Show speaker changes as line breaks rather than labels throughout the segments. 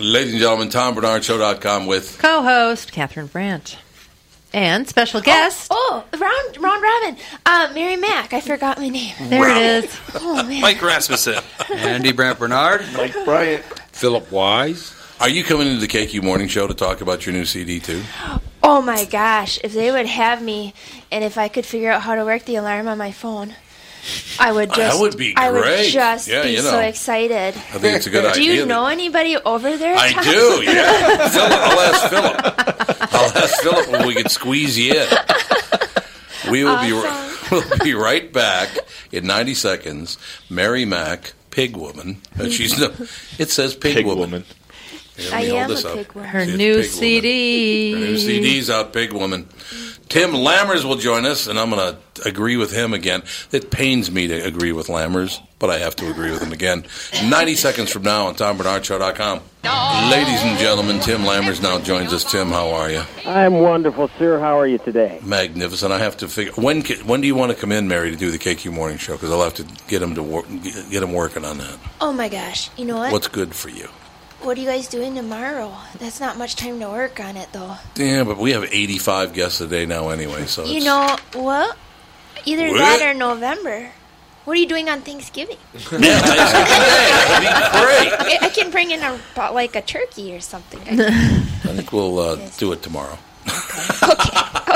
Ladies and gentlemen, TomBernardShow.com with
co-host Catherine Brandt and special guest.
Oh, oh round round robin. Uh, Mary Mack. I forgot my name.
There it is.
Oh man.
Mike Rasmussen.
Andy Brandt Bernard.
Mike Bryant.
Philip Wise.
Are you coming into the KQ Morning Show to talk about your new CD too?
Oh my gosh! If they would have me, and if I could figure out how to work the alarm on my phone. I would just.
That would be
I would
great.
just
Yeah,
be
you know.
so excited.
I think it's a good
Do
idea.
you know anybody over there?
I
Tom?
do. Yeah, Philip, I'll ask Philip. I'll ask Philip when we can squeeze you in. We will be we'll be right back in ninety seconds. Mary Mack, Pig Woman. Uh, She's no, it says Pig,
Pig
Woman.
woman.
Here, let
I
me hold
am a
this up.
pig woman.
Her
She's
new
Pig Woman.
CD.
Her new CD's out, Pig Woman. Tim Lammers will join us, and I'm going to agree with him again. It pains me to agree with Lammers, but I have to agree with him again. 90 seconds from now on TomBernardShow.com. Ladies and gentlemen, Tim Lammers now joins us. Tim, how are you?
I'm wonderful, sir. How are you today?
Magnificent. I have to figure when ca- when do you want to come in, Mary, to do the KQ Morning Show? Because I'll have to get him to wor- get get him working on that.
Oh my gosh! You know what?
What's good for you?
What are you guys doing tomorrow? That's not much time to work on it, though.
Yeah, but we have 85 guests a day now, anyway. So
You
it's-
know what? Either
What?
that or November. What are you doing on Thanksgiving?
yeah, that'd be great.
I I can bring in a bo- like a turkey or something. okay,
I think we'll uh, do it tomorrow.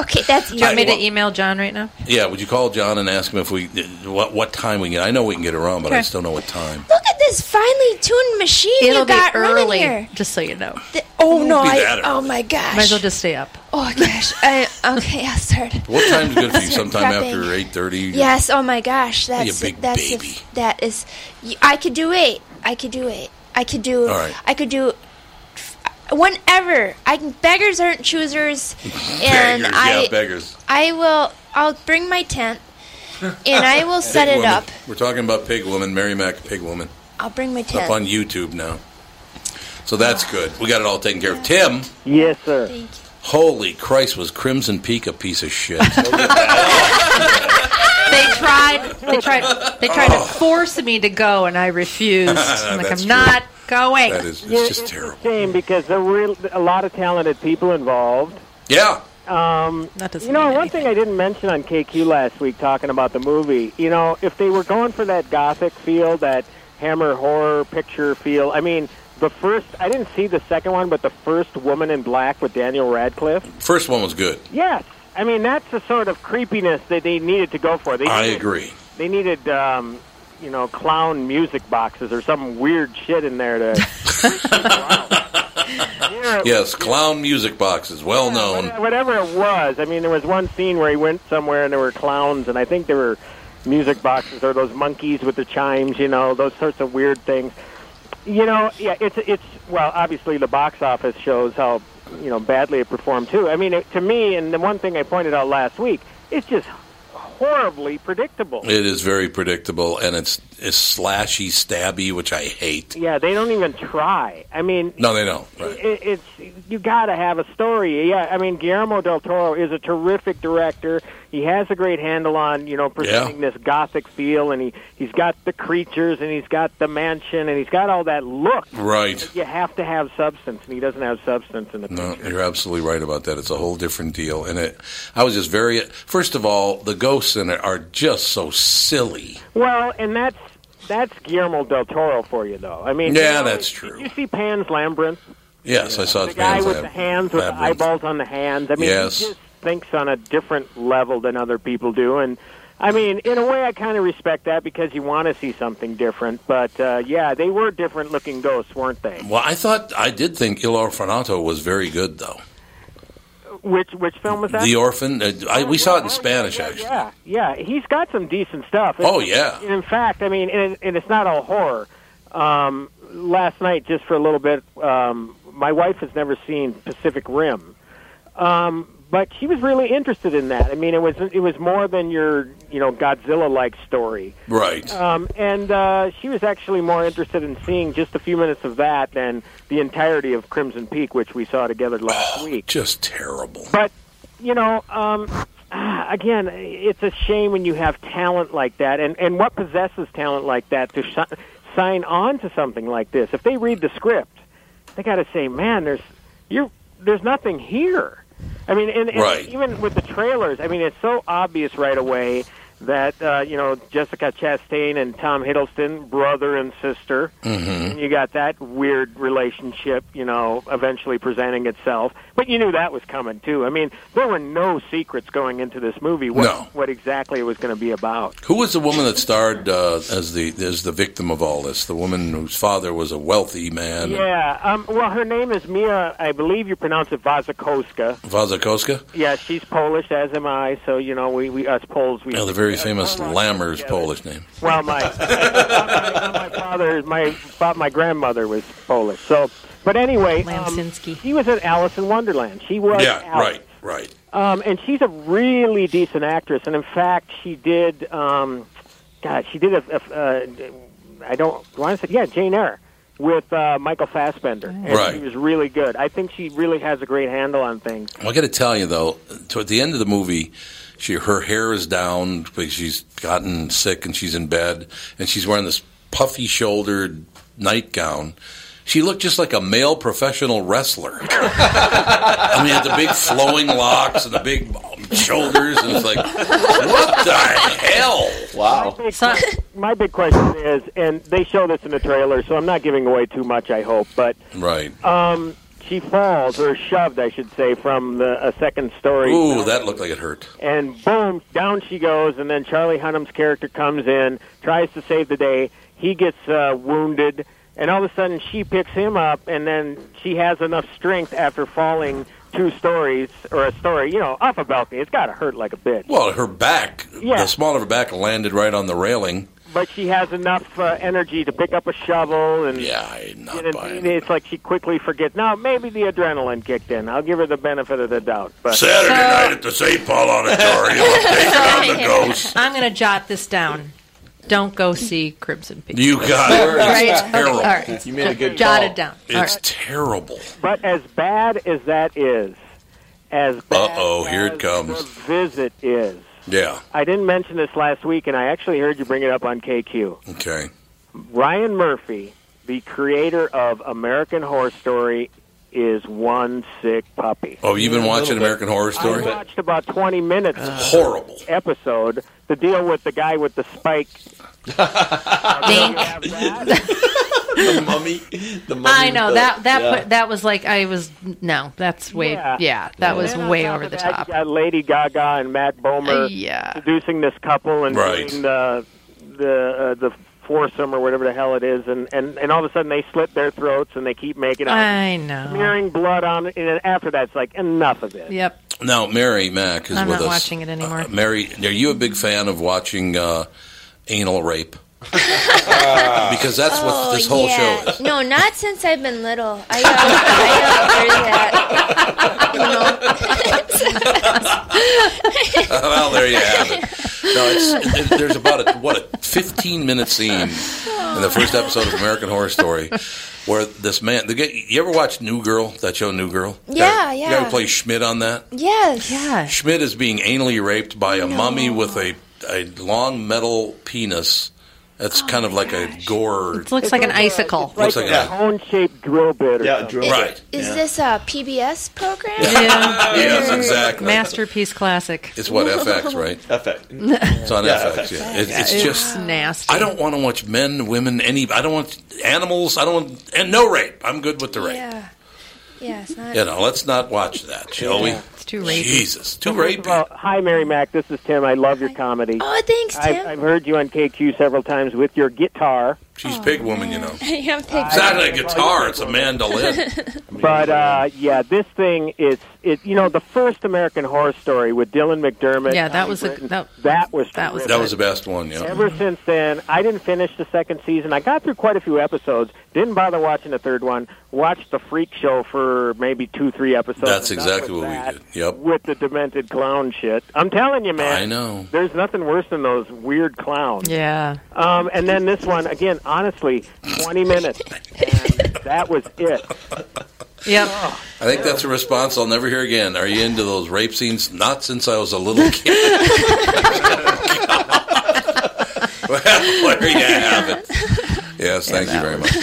okay, that's
Do you want me
easy.
to email John right now?
Yeah, would you call John and ask him if we what what time we can get? I know we can get around, but I
Okay.
just don't know what time.
Look at this finely tuned machine
It'll
you got
be early,
running here.
just so you know.
Th- oh no!
be
I,
that
oh
early.
my gosh!
Might as well just stay up.
oh gosh! I, okay, I'll start.
What time's good for you?
Start
Sometime
prepping.
after eight thirty.
Yes. Oh my gosh. That's
big
that's if-
baby.
that is. y- I could do eight. I could do eight. I could do.
All right.
I could do. f- Whenever I can, beggars aren't choosers, and
beggars.
I
yeah, beggars.
I will. I'll bring my tent, and I will set
Pig
it
woman.
up.
We're talking about Pig Woman, Mary Mac Pig Woman.
I'll bring my
It's up on
tent.
YouTube now. So that's good. We got it all taken care of. Tim,
Yes, sir.
Thank
holy Christ, was Crimson Peak a piece of shit?
They tried. They tried. They tried to force me to go, and I refused. I'm like,
Oh. That's
I'm not going.
that is
Yeah,
it's just
it's
terrible.
A shame because there were a lot of talented people involved.
Yeah.
Um,
That doesn't
you know,
mean
one
anything.
thing I didn't mention on KQ last week, talking about the movie. You know, if they were going for that gothic feel, that Hammer horror picture feel. I mean, the first I didn't see the second one, but the first Woman in Black with Daniel Radcliffe.
First one was good.
Yes, I mean that's the sort of creepiness that they needed to go for. They
I
needed-
agree.
They needed, um, you know, clown music boxes or some weird shit in there to. freak people out. Yeah,
Yes, clown music boxes, well known.
what- Whatever it was, I mean, there was one scene where he went somewhere and there were clowns, and I think there were music boxes or those monkeys with the chimes, you know, those sorts of weird things. You know, yeah, it's it's well, obviously the box office shows how you know badly it performed too. I mean, it, to me, and the one thing I pointed out last week, it's just horribly predictable.
It is very predictable, and it's, it's slashy, stabby, which I hate.
Yeah, they don't even try. I mean,
No, they don't. Right.
it, it's you got to have a story. Yeah, I mean Guillermo del Toro is a terrific director. He has a great handle on you know presenting this gothic feel, and he he's got the creatures, and he's got the mansion, and he's got all that look.
Right.
You have to have substance, and he doesn't have substance in the
No,
picture.
you're absolutely right about that. It's a whole different deal, and it. I was just very. First of all, the ghosts in it are just so silly.
Well, and that's that's Guillermo del Toro for you, though. I mean,
Yeah,
you know,
that's
did
true.
You see Pan's Labyrinth,
Yes, I saw
the
it.
guy
Pan's
with
Lab-
the hands with the
Labyrinth.
eyeballs on the hands. I mean,
Yes.
he just thinks on a different level than other people do, and I mean, in a way, I kind of respect that because you want to see something different. But uh, yeah, they were different-looking ghosts, weren't they?
Well, I thought I did think Il Orfanato was very good though.
Which which film was that?
The Orphan, uh, I, we saw it in Spanish
Oh, yeah,
actually.
Yeah, yeah, he's got some decent stuff.
Oh, yeah.
In fact, I mean, and, and it's not all horror. Um, last night, just for a little bit, um, my wife has never seen Pacific Rim, um, but she was really interested in that. I mean, it was it was more than your you know Godzilla like story.
Right.
Um, and uh, she was actually more interested in seeing just a few minutes of that than the entirety of Crimson Peak, which we saw together last
Oh,
week.
Just terrible.
But you know, um, ah, again, it's a shame when you have talent like that, and and what possesses talent like that to sh- sign on to something like this? If they read the script, they got to say, "Man, there's you there's nothing here." I mean, and, and
Right.
even with the trailers, I mean, it's so obvious right away that uh, you know Jessica Chastain and Tom Hiddleston, brother and sister, and you got that weird relationship, you know, eventually presenting itself. But you knew that was coming too. I mean, there were no secrets going into this movie. What,
No.
what exactly it was going to be about?
Who was the woman that starred uh, as the as the victim of all this? The woman whose father was a wealthy man,
Yeah. Um, well, her name is Mia. I believe you pronounce it Wasikowska.
Wasikowska.
Yeah, she's Polish, as am I. So you know, we, we us Poles, we
Yeah, Oh, the very famous Lammers
Yeah,
Polish name.
Well, my my, my father, my fa- my grandmother was Polish. So, but anyway, um,
Lamsinski.
she was at Alice in Wonderland. She was
Yeah,
Alice.
right, right.
Um, and she's a really decent actress, and in fact, she did. Um, God, she did a. a uh, I don't want to say. Yeah, Jane Eyre with uh, Michael Fassbender, and
Right.
she was really good. I think she really has a great handle on things.
Well, I got to tell you though, toward the end of the movie, she her hair is down because she's gotten sick and she's in bed, and she's wearing this puffy shouldered nightgown. She looked just like a male professional wrestler. I mean, had the big flowing locks and the big shoulders, and it's like, what the hell?
Wow.
Big
So-
question- my big question is, and they show this in the trailer, so I'm not giving away too much. I hope, but
Right.
um, she falls or shoved, I should say, from the a second story.
Ooh, that looked like it hurt.
and boom, down she goes. And then Charlie Hunnam's character comes in, tries to save the day. He gets uh, wounded, and all of a sudden she picks him up, and then she has enough strength after falling two stories or a story, you know, off a balcony. It's got to hurt like a bitch.
Well, her back,
Yeah.
the small of her back landed right on the railing.
But she has enough uh, energy to pick up a shovel and.
Yeah, I'm not
And
buying
it- it's like she quickly forgets. Now, maybe the adrenaline kicked in. I'll give her the benefit of the doubt. But
Saturday night at the St. Paul Auditorium. Take down the ghosts.
I'm going to jot this down. Don't go see Crimson Peak.
You got it. It's
Right?
terrible.
All right.
You made a good
Jot
call.
it down. All
It's
right.
terrible.
But as bad as that is, as bad
Uh-oh, here it
as
comes.
The visit is.
Yeah.
I didn't mention this last week, and I actually heard you bring it up on KQ.
Okay.
Ryan Murphy, the creator of American Horror Story, is one sick puppy.
Oh, you've been watching American Horror
I
Story?
watched about 20 minutes
Horrible.
episode to deal with the guy with the spike.
Dink.
The mummy. The mummy.
I know
with
that
the-
that
yeah.
put, that was like I was no, that's way
Yeah.
yeah, that
And
was
then on
way
top
over
of
the
that,
top.
You got Lady Gaga and Matt Bomer
Uh, yeah.
seducing this couple and
Right.
doing the the uh, the foursome or whatever the hell it is, and, and and all of a sudden they slit their throats and they keep making out,
I know.
smearing blood on it. And then after that, it's like enough of this.
Yep.
Now, Mary Mack is
I'm
with
not
us.
watching it anymore.
Uh, Mary, are you a big fan of watching uh, anal rape? because that's
Oh,
what this whole
Oh, yeah.
show is.
No, not since I've been little. I got I got through that. You know?
well, there you have it. No, it's, it- there's about a, what a 15 minute scene in the first episode of American Horror Story where this man. The, guy- you ever watch New Girl? That show, New Girl.
Yeah,
You ever
yeah.
play Schmidt on that?
yes. Yeah.
Schmidt is being anally raped by a mummy with a a long metal penis That's
Oh
kind of like a gore.
It looks like an icicle.
Looks like
Yeah.
a
Cone-shaped drill bit. Or
Yeah,
something.
drill.
Is,
Right.
Is
Yeah.
this a PBS program?
Yeah.
Yes, exactly.
Masterpiece classic.
It's what FX, right?
Effect.
It's on
Yeah,
FX.
FX.
Yeah, it, it's just.
Nasty.
I don't want to watch men, women, any. I don't want animals. I don't want and no rape. I'm good with the rape.
Yeah. Yeah, it's not.
You know, let's not watch that, shall we?
It's too rapey.
Jesus, too rapey.
Well, hi, Mary Mac. This is Tim. I love your comedy.
Oh, thanks,
I've, I've
Tim.
heard you on KQ several times with your guitar,
She's pig woman, you know. It's
Yeah, thanks.
not a guitar; it's a mandolin.
but uh, yeah, this thing is it. You know, the first American Horror Story with Dylan McDermott.
Yeah, that was a-
Britton,
that-
that was
that was-
terrific.
That was the best one, yeah.
Ever since then, I didn't finish the second season. I got through quite a few episodes. Didn't bother watching the third one. Watched the Freak Show for maybe two, three episodes.
That's
Enough
exactly
with
what we
that,
did. Yep.
With the demented clown shit. I'm telling you, man.
I know.
There's nothing worse than those weird clowns.
Yeah.
Um, and then this one again. Honestly, 20 minutes. And that was it.
Yep.
I think that's a response I'll never hear again. Are you into those rape scenes? Not since I was a little kid. well, there you have it. Yes, thank you very much.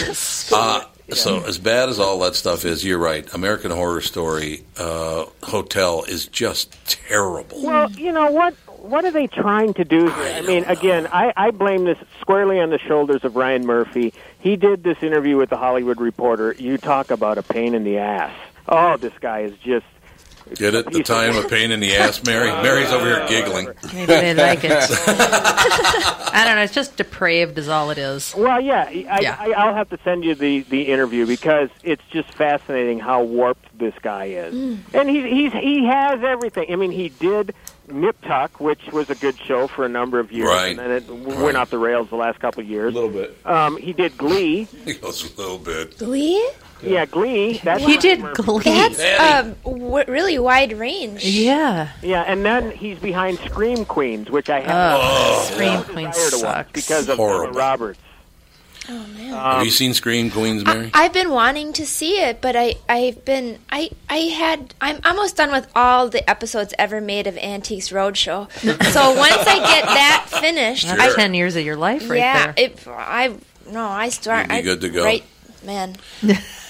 Uh, so, as bad as all that stuff is, you're right. American Horror Story uh, Hotel is just terrible.
Well, you know what? What are they trying to do here? I mean, again, I, I blame this squarely on the shoulders of Ryan Murphy. He did this interview with the Hollywood Reporter. You talk about a pain in the ass. Oh, this guy is just.
Get it? The time of pain in the ass, Mary. Mary's over here giggling.
Maybe they like it. I don't know. It's just depraved is all it is.
Well, yeah, I,
Yeah.
I, I'll have to send you the, the interview because it's just fascinating how warped this guy is. And he, he's, he has everything. I mean, he did Nip Tuck, which was a good show for a number of years,
Right.
and then it w-
Right.
went off the rails the last couple of
A
years.
little bit.
Um, he did Glee.
He goes a little bit.
Glee?
Yeah, Glee. That's
He did
Ryan Murphy.
glee.
That's
Daddy.
um, w- really wide range.
Yeah.
Yeah, and then he's behind Scream Queens, which I have
Scream
no
Queen
desire to watch
Oh, sucks.
because of Emma
Horrible.
Roberts.
Oh, man.
Have you seen Scream Queens, Mary?
I've been wanting to see it, but I I've been I I had I'm almost done with all the episodes ever made of Antiques Roadshow. so once I get that finished,
That's
I,
10 years of your life right
yeah,
there.
it, I no, I start.
You'd be
I,
good to go.
Right, man.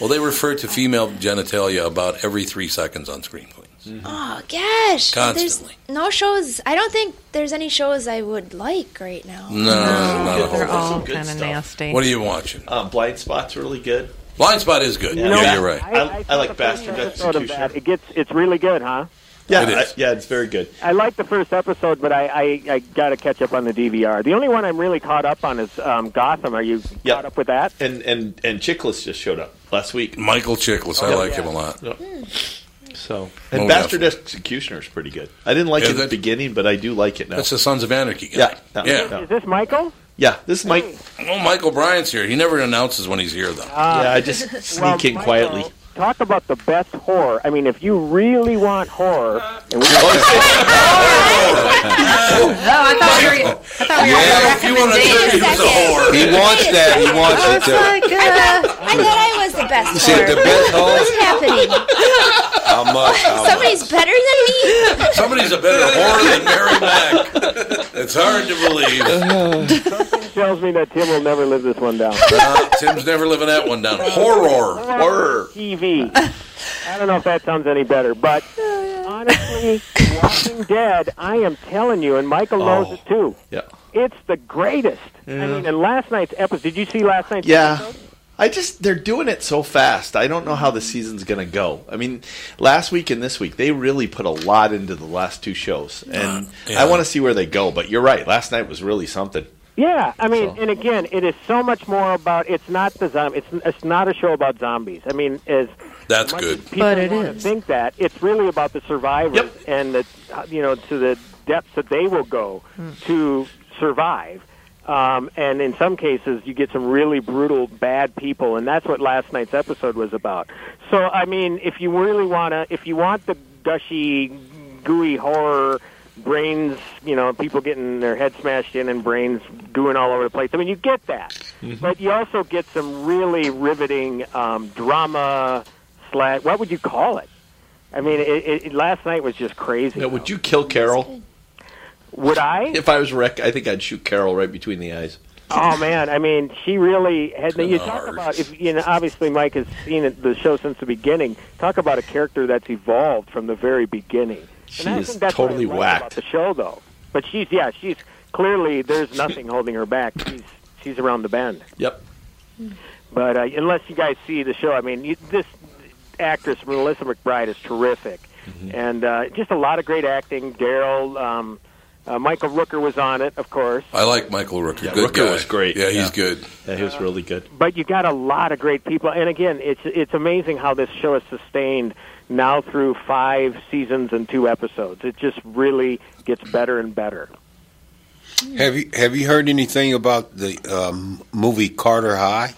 Well, they refer to female genitalia about every three seconds on Scream Queens.
Oh gosh, There's
Constantly.
no shows. I don't think there's any shows I would like right now.
No, not
They're
a whole
There's
lot.
some
all
good
kind of
stuff.
nasty.
What are you watching?
Um, Blind Spot's really good.
Blind Spot is good. Yeah,
Yeah.
you're right.
I- I
saw
like
the first
Bastard
episode of that.
Executioner.
It gets it's really good, huh?
Yeah,
It
I-
is.
yeah, it's very good.
I like the first episode, but I, I, I got to catch up on the DVR. The only one I'm really caught up on is um, Gotham. Are you
Yeah.
caught up with that?
And and and Chickless just showed up last week.
Michael Chiklis, I like him a lot.
So and
Oh,
Bastard
yeah.
Executioner is pretty good. I didn't like
Is
it at the
it?
beginning, but I do like it now.
That's the Sons of Anarchy
yeah,
guy.
yeah,
Is this Michael?
Yeah, This is Mike.
Oh, Michael Bryant's here. He never announces when he's here, though.
yeah, I just sneak
Well,
in
Michael,
quietly.
Talk about the best horror. I mean, if you really want horror, and we
oh, I thought we were. I thought we were
Yeah, if you want to
recommendations.
tell was a whore.
He wants that. He wants it too.
It's like, uh,
Oh, I thought I was the best.
See,
horror.
the best
What's
hole,
happening?
how much?
Oh.
How much?
Somebody's better than me.
Somebody's a better whore than Mary Mack. It's hard to believe.
tells me that Tim will never live this one down.
Uh, Tim's never living that one down. Horror.
Horror.
TV. I don't know if that sounds any better, but honestly, Walking Dead, I am telling you, and Michael knows it too.
Yeah.
It's the greatest. I mean, and last night's episode. Did you see last night's?
Yeah. I just they're doing it so fast. I don't know how the season's going to go. I mean, last week and this week they really put a lot into the last two shows, and
Uh, yeah.
I want to see where they go. But you're right. Last night was really something.
Yeah, I mean, and again, it is so much more about. It's not the zombie. It's it's not a show about zombies. I mean, as
That's
much
good.
as people
But it
wanna
is.
think that it's really about the survivors
Yep.
and the you know to the depths that they will go
Hmm.
to survive. Um, and in some cases, you get some really brutal, bad people, and that's what last night's episode was about. So, I mean, if you really wanna, if you want the gushy, gooey horror, brains, you know, people getting their head smashed in and brains doing all over the place. I mean, you get that, but you also get some really riveting um, drama. Slash, what would you call it? I mean, it, it, it, last night was just crazy.
Now, would you kill Carol
Would I?
if I was Rick? I think I'd shoot Carol right between the eyes.
Oh man, I mean, she really had. You talk about if you know. Obviously, Mike has seen it, the show since the beginning. Talk about a character that's evolved from the very beginning.
She
And I
is
think that's what I
totally
like
whacked.
about the show, though. But she's yeah, she's clearly there's nothing holding her back. She's she's around the bend.
Yep.
But uh, unless you guys see the show, I mean, you, this actress Melissa McBride is terrific, and uh, just a lot of great acting. Daryl, um, uh, Michael Rooker was on it, of course.
I like Michael Rooker.
Yeah,
good
Rooker
guy.
was great.
Yeah, he's
Yeah.
good.
Yeah, he
Uh,
was really good.
but you got a lot of great people and again it's it's amazing how this show is sustained now through five seasons and two episodes it just really gets better and better
Have you have you heard anything about the um, movie Carter High?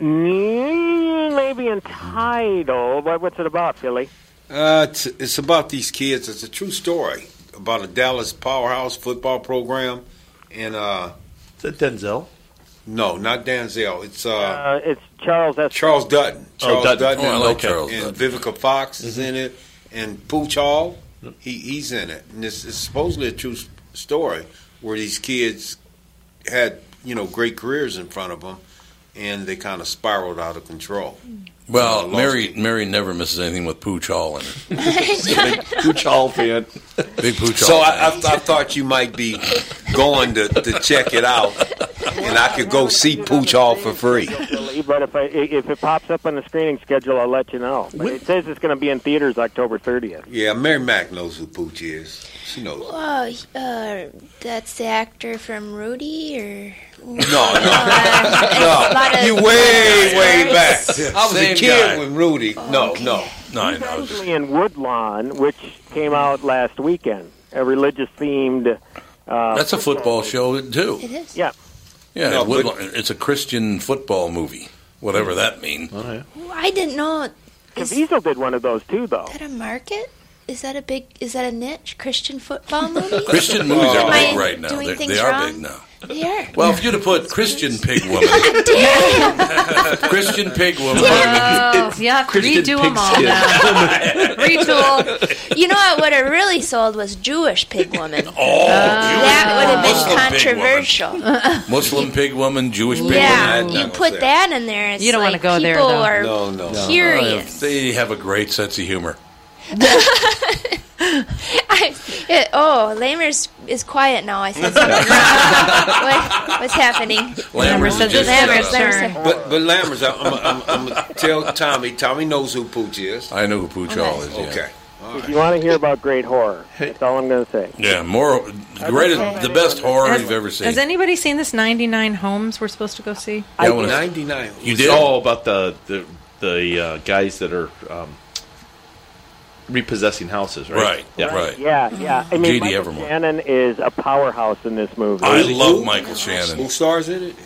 Mm, maybe in title but what's it about philly
Uh, it's, it's about these kids. It's a true story about a Dallas powerhouse football program, and uh,
Is that Denzel?
no, not Danzel. It's uh,
uh, it's charles s
Charles Dutton. Charles
Dutton.
Oh, I
and,
like Charles
and Vivica Fox is
Mm-hmm.
in it, and Pooch Hall, he, he's in it. And it's, it's supposedly a true s- story where these kids had you know great careers in front of them, and they kind of spiraled out of control.
Well,
Lost
Mary
it.
Mary never misses anything with Pooch Hall in her.
Pooch Hall fan.
Big Pooch Hall.
So I, I,
fan.
I thought you might be going to, to check it out, and I could go see Pooch Hall for free.
Philly, but if I, if it pops up on the screening schedule i'll let you know but it says it's going to be in theaters october 30th
Yeah, Mary Mack knows who Pooch is. She knows.
Oh, he- uh, that's the actor from Rudy, or uh,
No, no,
no,
you way, way back. I was
Same
a kid
guy.
when Rudy. No, no.
no, I know. I was just-
Actually, in woodlawn which came out last weekend a religious themed uh,
that's a football show too.
It is.
yeah
Yeah,
No,
it's
but-
Woodlawn- it's a Christian football movie, whatever that means.
Well, I didn't know. Is
Caviezel did one of those too, though.
that a market? Is that a big? Is that a niche? Christian football movies?
Christian movies are
Am I
big right now.
doing
They, they
things
are
wrong?
big now.
They are.
Well, if you'd have put Christian Pig Woman, Christian Pig Woman,
Oh, you have to
Christian
redo them all
pigskin.
now. Retool.
You know what? What it really sold was Jewish pig woman.
oh,
Ah.
that would have been
Muslim pig woman.
controversial.
Muslim Pig Woman, Jewish Pig
yeah,
Woman.
you put that in there. It's
You don't
like
wanna go there,
people
though.
Are
No, no. No.
Curious.
They have a great sense of humor.
I, it, oh, Lamer's is quiet now. I said something wrong. what, what's happening?
Lambert
said
just
this Lambert's
shut up.
there.
Lamer's said-
But but Lammers, I'm, I'm, I'm, I'm tell Tommy. Tommy knows who Pooch is.
I know who Pooch Hall is. Yeah.
Okay.
If you want to hear about great horror, that's all I'm going to say.
Yeah, more greatest, the best horror you've ever seen.
Has anybody seen this 99 homes we're supposed to go see?
Yeah, I wanna-
Ninety nine.
you did?
Oh, about the the the uh, guys that are um, repossessing houses, right?
right,
Yeah.
right.
Yeah, yeah. I mean,
J.D.
Michael
Evermore.
Shannon is a powerhouse in this movie.
I love Michael Shannon.
Who stars in it?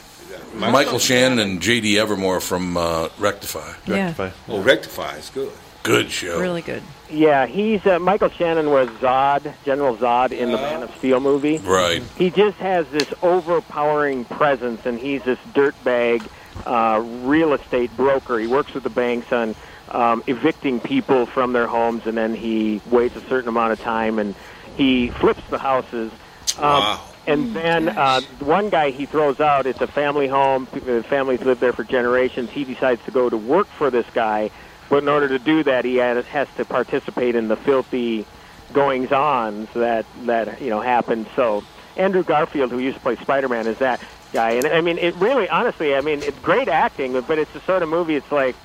Michael Shannon and J.D. Evermore from uh, Rectify.
Yeah,
Oh, Rectify is good.
Good show.
really good.
yeah, he's uh, Michael Shannon was Zod, General Zod in the Man of Steel movie.
Right.
He just has this overpowering presence, and he's this dirtbag uh, real estate broker. He works with the banks on um, evicting people from their homes, and then he waits a certain amount of time and he flips the houses. Um,
Wow.
And then uh, the one guy he throws out, it's a family home. p- uh, Families lived there for generations. He decides to go to work for this guy, but in order to do that, he has, has to participate in the filthy goings ons that that you know happened. So Andrew Garfield, who used to play Spider Man, is that guy. And I mean, it really, honestly, I mean, it's great acting, but it's the sort of movie. It's like.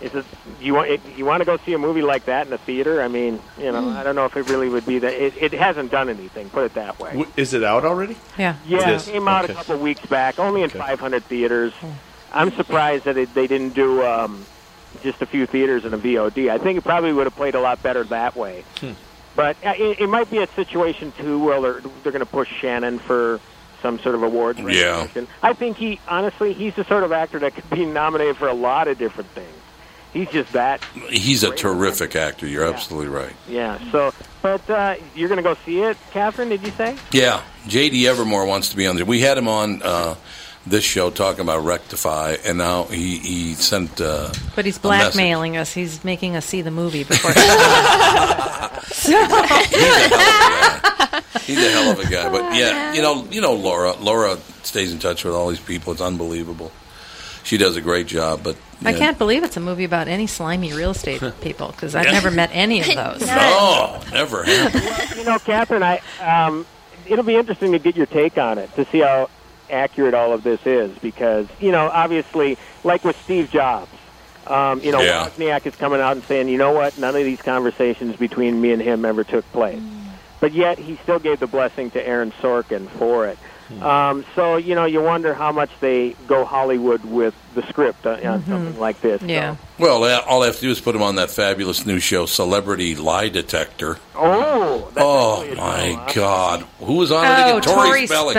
Is it you want it, you want to go see a movie like that in the theater? I mean, you know, I don't know if it really would be that. It, it hasn't done anything. Put it that way.
W- Is it out already?
Yeah.
Yeah,
It
it,
is.
came out
Okay.
a couple of weeks back, only in 500 theaters. I'm surprised that it, they didn't do um, just a few theaters and a VOD. I think it probably would have played a lot better that way. But uh, it, it might be a situation too where they're, they're going to push Shannon for some sort of award.
Yeah.
recognition. I think he honestly he's the sort of actor that could be nominated for a lot of different things. He's just that
He's a terrific actor. You're absolutely right.
yeah. So, but uh, you're going to go see it, Catherine? Did you say?
Yeah, J.D. Evermore wants to be on there. We had him on uh, this show talking about Rectify, and now he he sent. Uh,
But he's
message.
blackmailing us. He's making us see the movie before.
he's a hell of a guy. He's a hell of a guy. But yeah, you know, you know, Laura. Laura stays in touch with all these people. It's unbelievable. She does a great job, but
I
yeah.
can't believe it's a movie about any slimy real estate people because I've never met any of those.
No, never. happened.
you know, Catherine, I um, it'll be interesting to get your take on it to see how accurate all of this is because you know, obviously, like with Steve Jobs, um, you know,
Yeah.
Wozniak is coming out and saying, you know what, none of these conversations between me and him ever took place, but yet he still gave the blessing to Aaron Sorkin for it.
Hmm.
Um, so you know, you wonder how much they go Hollywood with the script on, on something like this.
Yeah.
So-
Well, they- all I have to do is put him on that fabulous new show, Celebrity Lie Detector.
Oh, that's
Oh
actually a show,
my
huh?
God, who was on it
Oh,
again? Tori,
Tori
Spelling.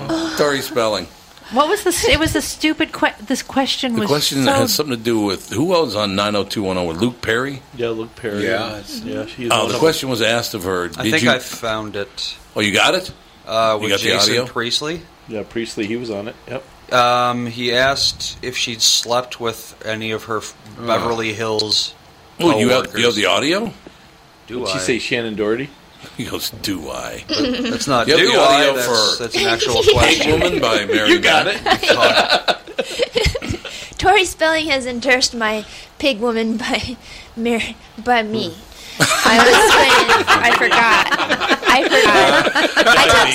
Spelling.
Tori Spelling.
What was this? It was the stupid. Que- this question
The
was
question
so
that has something to do with who was on 90210 with Luke Perry.
Yeah, Luke Perry.
Yeah, it's-
yeah. She's
Oh,
Uh,
one
the
of-
question was asked of her. Did
I think
you?
I found it
oh, you got it.
uh,
You
with
got the audio?
Jason Priestley.
Yeah, Priestley. He was on it. Yep.
Um, he asked if she'd slept with any of her f- Beverly Hills.
Oh, you have,
coworkers.
you have the audio.
Do
Did
I?
she say Shannon Doherty?
He goes, "Do I?"
that's not
You have
do
the
I?
audio
That's,
for-
that's an actual
Big
question.
Woman by Mary.
You got
Beth.
it.
Tori Spelling has endorsed my pig woman by Mar- by me.
Hmm.
I was playing. I forgot. I forgot. I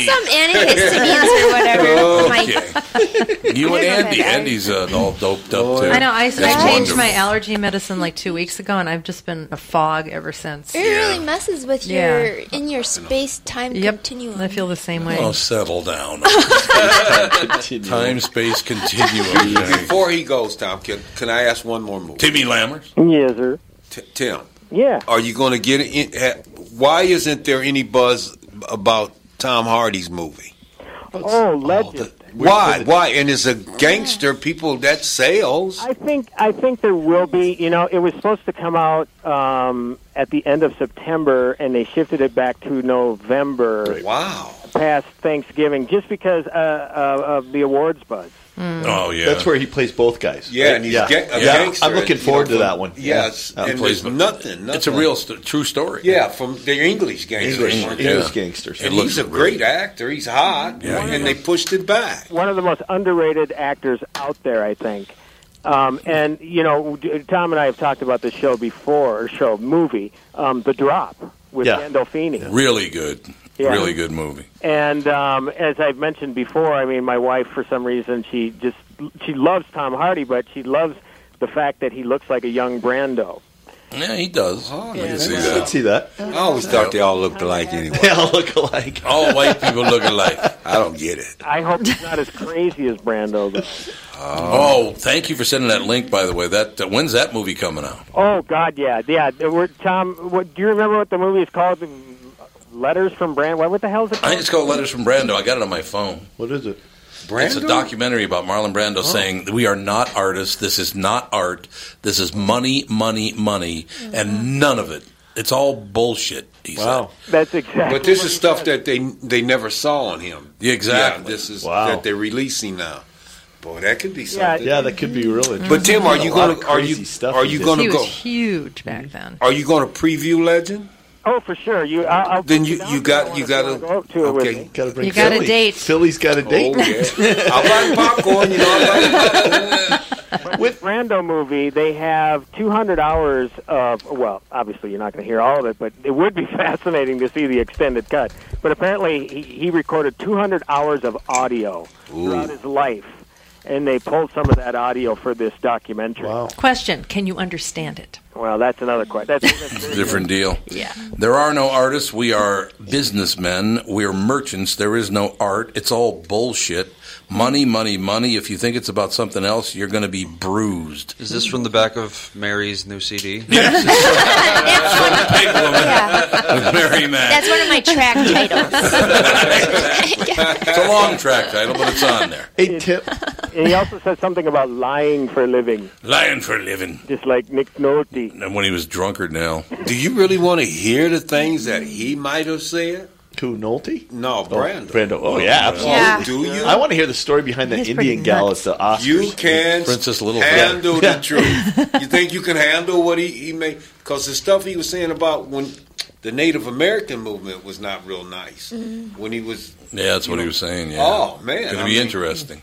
took some antihistamines or whatever. My,
Oh, Okay. You and
I don't know
Andy.
that.
Andy's uh, all doped up too.
I know. I, I
That's
changed my
wonderful.
allergy medicine like two weeks ago, and I've just been a fog ever since.
it really messes with
Yeah.
your in your space time
Yep.
continuum.
I feel the same way.
Oh, settle down.
Continue.
Time space continuum. thing.
Before he goes, Tom, can, can I ask one more movie?
Timmy Lammers.
Yes, sir.
T- Tim,
Yeah.
are you going to get in? Ha, why isn't there any buzz about Tom Hardy's movie?
Oh, legend.
Why? Why? And as a gangster, people that sales.
I think I think there will be. You know, it was supposed to come out um, at the end of September, and they shifted it back to November,
Wow.
past Thanksgiving, just because uh, uh, of the awards buzz.
Oh yeah.
That's where he plays both guys.
Yeah,
right?
and he's ga- a
Yeah,
gangster.
I'm looking
you
forward
know,
to that one.
Yes,
Yeah.
and
Um,
there's nothing, nothing.
It's a real, st- true story.
Yeah, from the English gangster.
English,
weren't
English
they?
gangsters.
It
And
looks
he's a
great.
great actor. He's hot,
Yeah,
and
yeah.
they pushed it back.
One of the most underrated actors out there, I think. Um, and you know, Tom and I have talked about this show before, or show movie, um, The Drop with
Yeah.
Gandolfini.
Really good.
Yeah.
Really good movie.
And um, as I've mentioned before, I mean, my wife, for some reason, she just she loves Tom Hardy, but she loves the fact that he looks like a young Brando.
Yeah, he does.
Oh,
you
yeah.
can see
I can
that.
see that.
I always thought they all looked alike anyway.
They all look alike.
All white people look alike.
I don't get it.
I hope he's not as crazy as Brando. But,
Oh, thank you for sending that link. By the way, that uh, when's that movie coming out?
oh God, yeah, yeah. there We're, Tom, what, do you remember what the movie is called? Letters from Brando. What, what the hell is it
I
called?
think it's called Letters from Brando. I got it on my phone.
What is it?
Brando?
It's a documentary about Marlon Brando saying we are not artists. This is not art. This is money, money, money, and none of it. It's all bullshit. He
Wow.
That's exactly.
But this
what
is
he
stuff
said.
that they they never saw on him.
Yeah, exactly.
Yeah, this is
Wow.
that they're releasing now. Boy, that could be
Yeah,
something.
Yeah, that could be real interesting.
But Tim, are
He
you
did a lot
going
of
to are
crazy
you
stuff
are
he
you
did.
going
he
to
was
go?
huge back then.
Are you going to preview Legend?
Oh, for sure. You. I'll, I'll
Then you
I'll
you
go
got you
if
got
wanna
to
go up to it with me.
okay.
Gotta bring
You got a
Philly.
date.
Philly's got a
Oh
date.
yeah, I like popcorn. You know, I like
Brando movie, they have 200 hours of, well, obviously you're not going to hear all of it, but it would be fascinating to see the extended cut. But apparently he, he recorded 200 hours of audio throughout his life, and they pulled some of that audio for this documentary.
Wow.
Question: Can you understand it?
Well, that's another question. That's, that's
said.
very
Different deal.
Yeah.
There are no artists. We are businessmen. We're merchants. There is no art. It's all bullshit. Money, money, money. If you think it's about something else, you're going to be bruised.
Is this from the back of Mary's new CD?
That's one.
Big woman,
Yeah,
Mary Mac.
that's one of my track titles.
It's a long track title, but it's on there.
Hey, Tim.
good. And he also said something about lying for a living,
Lying for a living.
just like Nick Nolte.
And when he was drunkard now.
that. Do you really want to hear the things that he might have said?
Who, Nolte?
No,
Oh,
Brando.
Brando. Oh, yeah, absolutely.
Yeah.
Do you?
I want to hear the story behind that
He's
Indian
pretty
gal at
nuts.
the Oscars.
You can
Princess Little-
handle the truth. You think you can handle what he, he made? Because the stuff he was saying about when the Native American movement was not real nice when he was.
Yeah, that's what he was saying. Yeah.
Oh man,
it'll
I
be
mean,
interesting.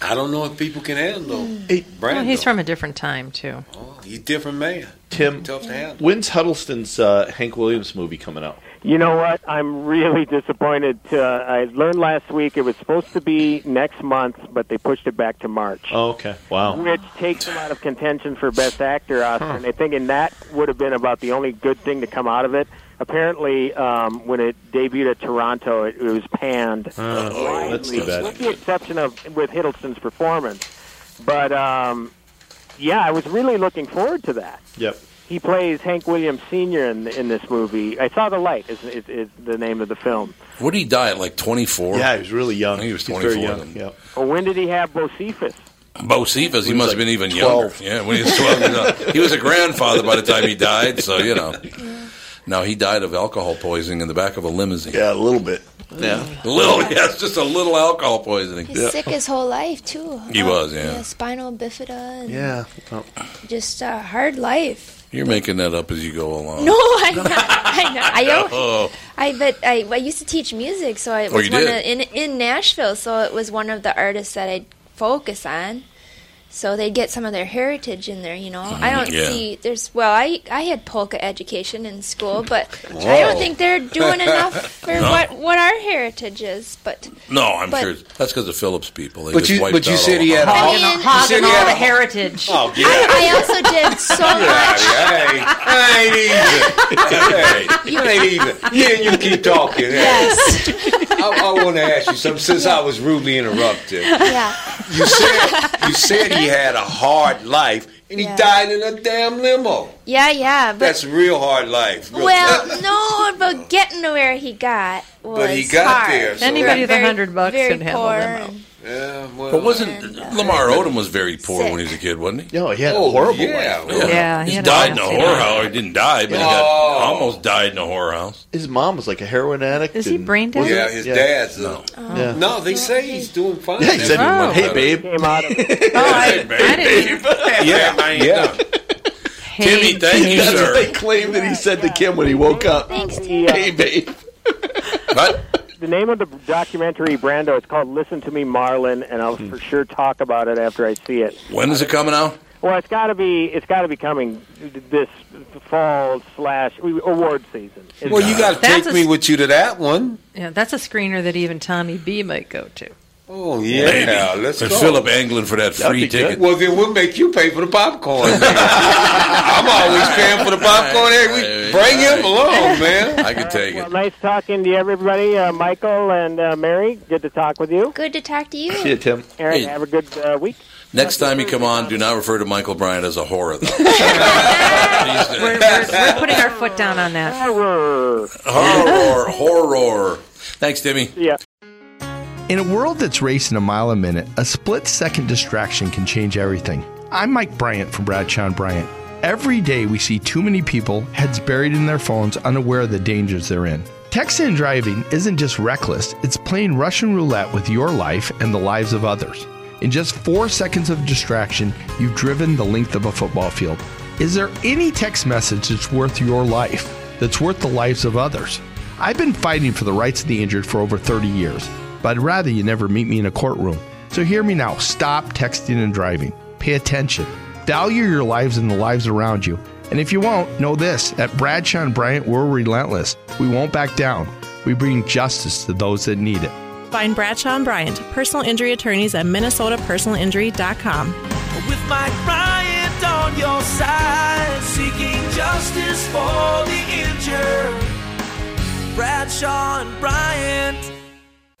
I don't know if people can handle Brando.
Well, Oh, he's from a different time too.
He's a different man.
Tim,
tough to handle.
when's Huddleston's uh, Hank Williams movie coming out?
You know what? I'm really disappointed. Uh, I learned last week it was supposed to be next month, but they pushed it back to March,
Oh, okay. Wow.
which takes a lot of contention for Best Actor Oscar. And I think, and that would have been about the only good thing to come out of it. Apparently, um, when it debuted at Toronto, it, it was panned
Uh, that's too bad.
with the exception of with Hiddleston's performance. But um, yeah, I was really looking forward to that.
Yep.
He plays Hank Williams Sr. in in this movie. I saw the light is, is, is the name of the film.
What did he die at? Like twenty four?
Yeah, he was really young.
I think he was
He's
24
very young.
then.
Yep.
Well, when did he have Bocephus?
Bo Cephas,
He was
he, must
like
have been even
12.
younger. Yeah, when he was twelve, you know. he was a grandfather by the time he died. So you know.
Mm-hmm.
Now he died of alcohol poisoning in the back of a limousine.
Yeah, a little bit. Yeah.
A little, yes, just a little alcohol poisoning.
He's sick his whole life too.
He
Uh,
was, yeah.
Spinal bifida. And
Yeah. Well,
Just a hard life.
You're making that up as you go along.
No, I'm not. I'm not. I know.
Oh,
I but I, I used to teach music, so I
Oh,
was
you
one
did?
of, in in Nashville. So it was one of the artists that I'd focus on. So they'd get some of their heritage in there, you know. I don't
Mm, yeah.
see there's well, I I had polka education in school, but I don't
Whoa.
think they're doing enough for what what our heritage is. But
no, I'm
But-
sure that's because of Phillips people. They
But
just
you-
wiped
but you
out
said
all
he
of
had
them.
I
Hogging,
mean,
hogging
Oh, you
all the
said-
heritage.
Oh yeah.
I, I also
I ain't even. Hey,
did so much.
you ain't even. Yeah, you keep talking. Yes. I, I want to ask you something since I was rudely interrupted.
Yeah,
You said you said he had a hard life, and he
Yeah.
died in a damn limo.
yeah, yeah. But
That's a real hard life. Real
Well, no, but getting to where he got was
But he got
hard.
there, so-
Anybody with a
Very-
hundred bucks
very
could handle
poor
them.
and-
yeah, well,
But wasn't Lamar Odom was very poor
Sick.
when he was a kid, wasn't he?
no, he had a
Oh,
horrible
yeah.
life.
Yeah, he
he,
had a
died in a
nasty
whorehouse. He didn't die, but he got
Oh.
almost died in a whorehouse.
His mom was like a heroin addict.
Is he
and-
brain dead?
Oh, yeah, his
Yeah.
dad's no.
Yeah.
No, they say he's doing fine.
Yeah, he said,
Oh.
"Hey, babe."
Came out of it.
Oh, I, I didn't
yeah, yeah.
Timmy,
hate.
thank you,
That's what they
sir.
claim that he said to Kim when he woke up.
Thanks, Tim.
The, uh,
Hey, babe.
But
the name of the documentary Brando. It's called "Listen to Me, Marlin," and I'll
Hmm.
for sure talk about it after I see it.
when is it coming out?
Well, it's got to be it's got to be coming this fall slash award season. It's
Well, you got to
That's
take
a-
me with you to that one.
Yeah, that's a screener that even Tommy B might go to.
Oh yeah, let's
and
go.
Philip Anglin for that free
be good.
ticket.
Well, then we'll make you pay for the popcorn. man. I'm always paying for the popcorn every week. Bring him along, man.
I could take
Well,
it.
nice talking to you, everybody. Uh, Michael and uh, Mary, good to talk with you.
Good to talk to you.
Yeah, Tim.
Aaron,
Hey.
have a good uh, week.
Next time you come on, do not refer to Michael Bryant as a horror. Though.
We're, we're, we're putting our foot down on that.
Arr.
horror, horror. Thanks, Timmy.
Yeah.
In a world that's racing a mile a minute, a split second distraction can change everything. I'm Mike Bryant from Bradshaw and Bryant. Every day we see too many people, heads buried in their phones, unaware of the dangers they're in. Texting and driving isn't just reckless, it's playing Russian roulette with your life and the lives of others. In just four seconds of distraction, you've driven the length of a football field. Is there any text message that's worth your life, that's worth the lives of others? I've been fighting for the rights of the injured for over 30 years, but I'd rather you never meet me in a courtroom. So hear me now stop texting and driving. Pay attention. Value your lives and the lives around you. And if you won't, know this at Bradshaw and Bryant, we're relentless. We won't back down. We bring justice to those that need it.
Find Bradshaw and Bryant, personal injury attorneys at minnesotapersonalinjury.com.
With Mike Bryant on your side, seeking justice for the injured. Bradshaw and Bryant.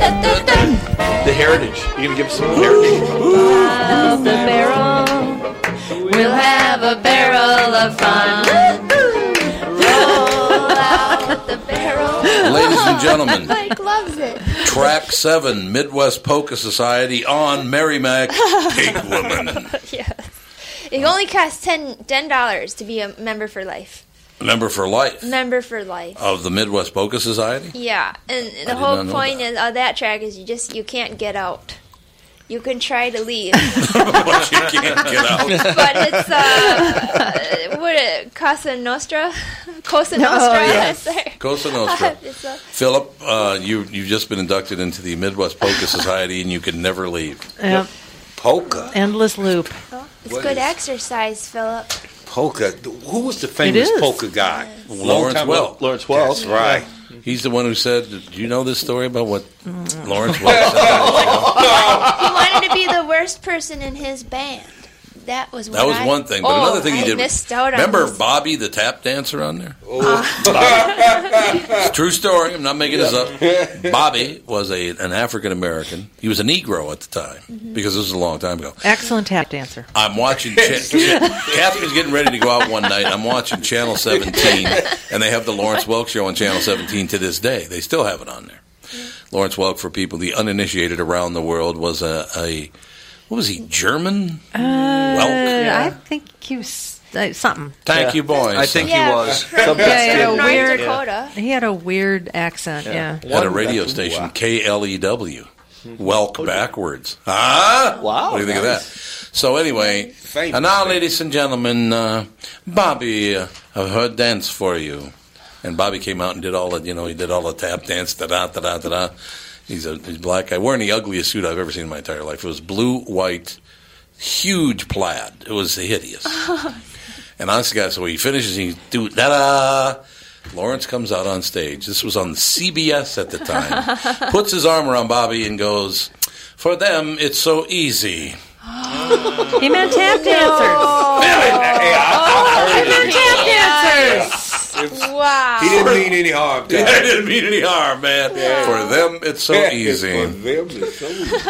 The heritage. You gonna give us some heritage?
Of the barrel, we'll have a barrel of fun.
Ladies and gentlemen,
Mike loves it.
Track 7, Midwest Polka Society on Merrimack, Pig Woman.
It only costs ten ten dollars to be a member for life.
Member for life
Member for life.
of the Midwest Polka Society.
Yeah, and the
Oh. did
whole
not know
point is of that track is you just you can't get out. You can try to leave,
but you can't get out.
but it's uh, what it, Casa Nostra, Cosa Nostra.
yes.
Sorry.
Cosa Nostra.
It's, uh,
Philip, uh, you, you've just been inducted into the Midwest Polka Society and you can never leave.
Yep.
Polka?
Endless loop.
it's
What
good
is-
exercise, Philip.
Polka. Who was the famous
is.
polka guy?
Lawrence Welk.
Lawrence Wells.
That's right.
He's the one who said, Do you know this story about what Lawrence Welk said?
He wanted to be the worst person in his band. That was
That
what
was
I-
one thing. But
Oh,
another thing he
I
did.
Missed out
remember
on Uh, his-
Bobby the tap dancer on there? It's a true story. I'm not making this up. Bobby was a an African American. He was a Negro at the time
Mm-hmm.
because this is a long time ago.
Excellent tap dancer.
I'm watching. Cha- Cha- Catherine's getting ready to go out one night. I'm watching Channel 17, and they have the Lawrence Welk show on Channel 17 to this day. They still have it on there.
Mm-hmm.
Lawrence Welk, for people the uninitiated around the world, was a, a what was he German?
Uh,
Welk.
I think he was uh, something.
Thank you, boys.
I think
Yeah,
he was.
from- Some-
Yeah, he had
North
a weird.
Dakota.
He had a weird accent. Yeah.
At a radio station, KLEW. Welk backwards. Huh?
Oh, Wow,
What do you think
nice.
of that? So, anyway, and now, ladies and gentlemen, uh, Bobby, uh, I've heard dance for you. And Bobby came out and did all the, you know, he did all the tap dance, da da da da da da. He's a he's a black guy wearing the ugliest suit I've ever seen in my entire life. It was blue, white, huge plaid. It was hideous. And honestly, guys, so he finishes, he do da da. Lawrence comes out on stage. This was on CBS at the time. Puts his arm around Bobby and goes, "For them, it's so easy."
He meant tap dancers.
Oh. I
meant tap dancers.
Wow.
He didn't mean any harm.
Yeah, I didn't mean any harm, man. For them, it's so easy.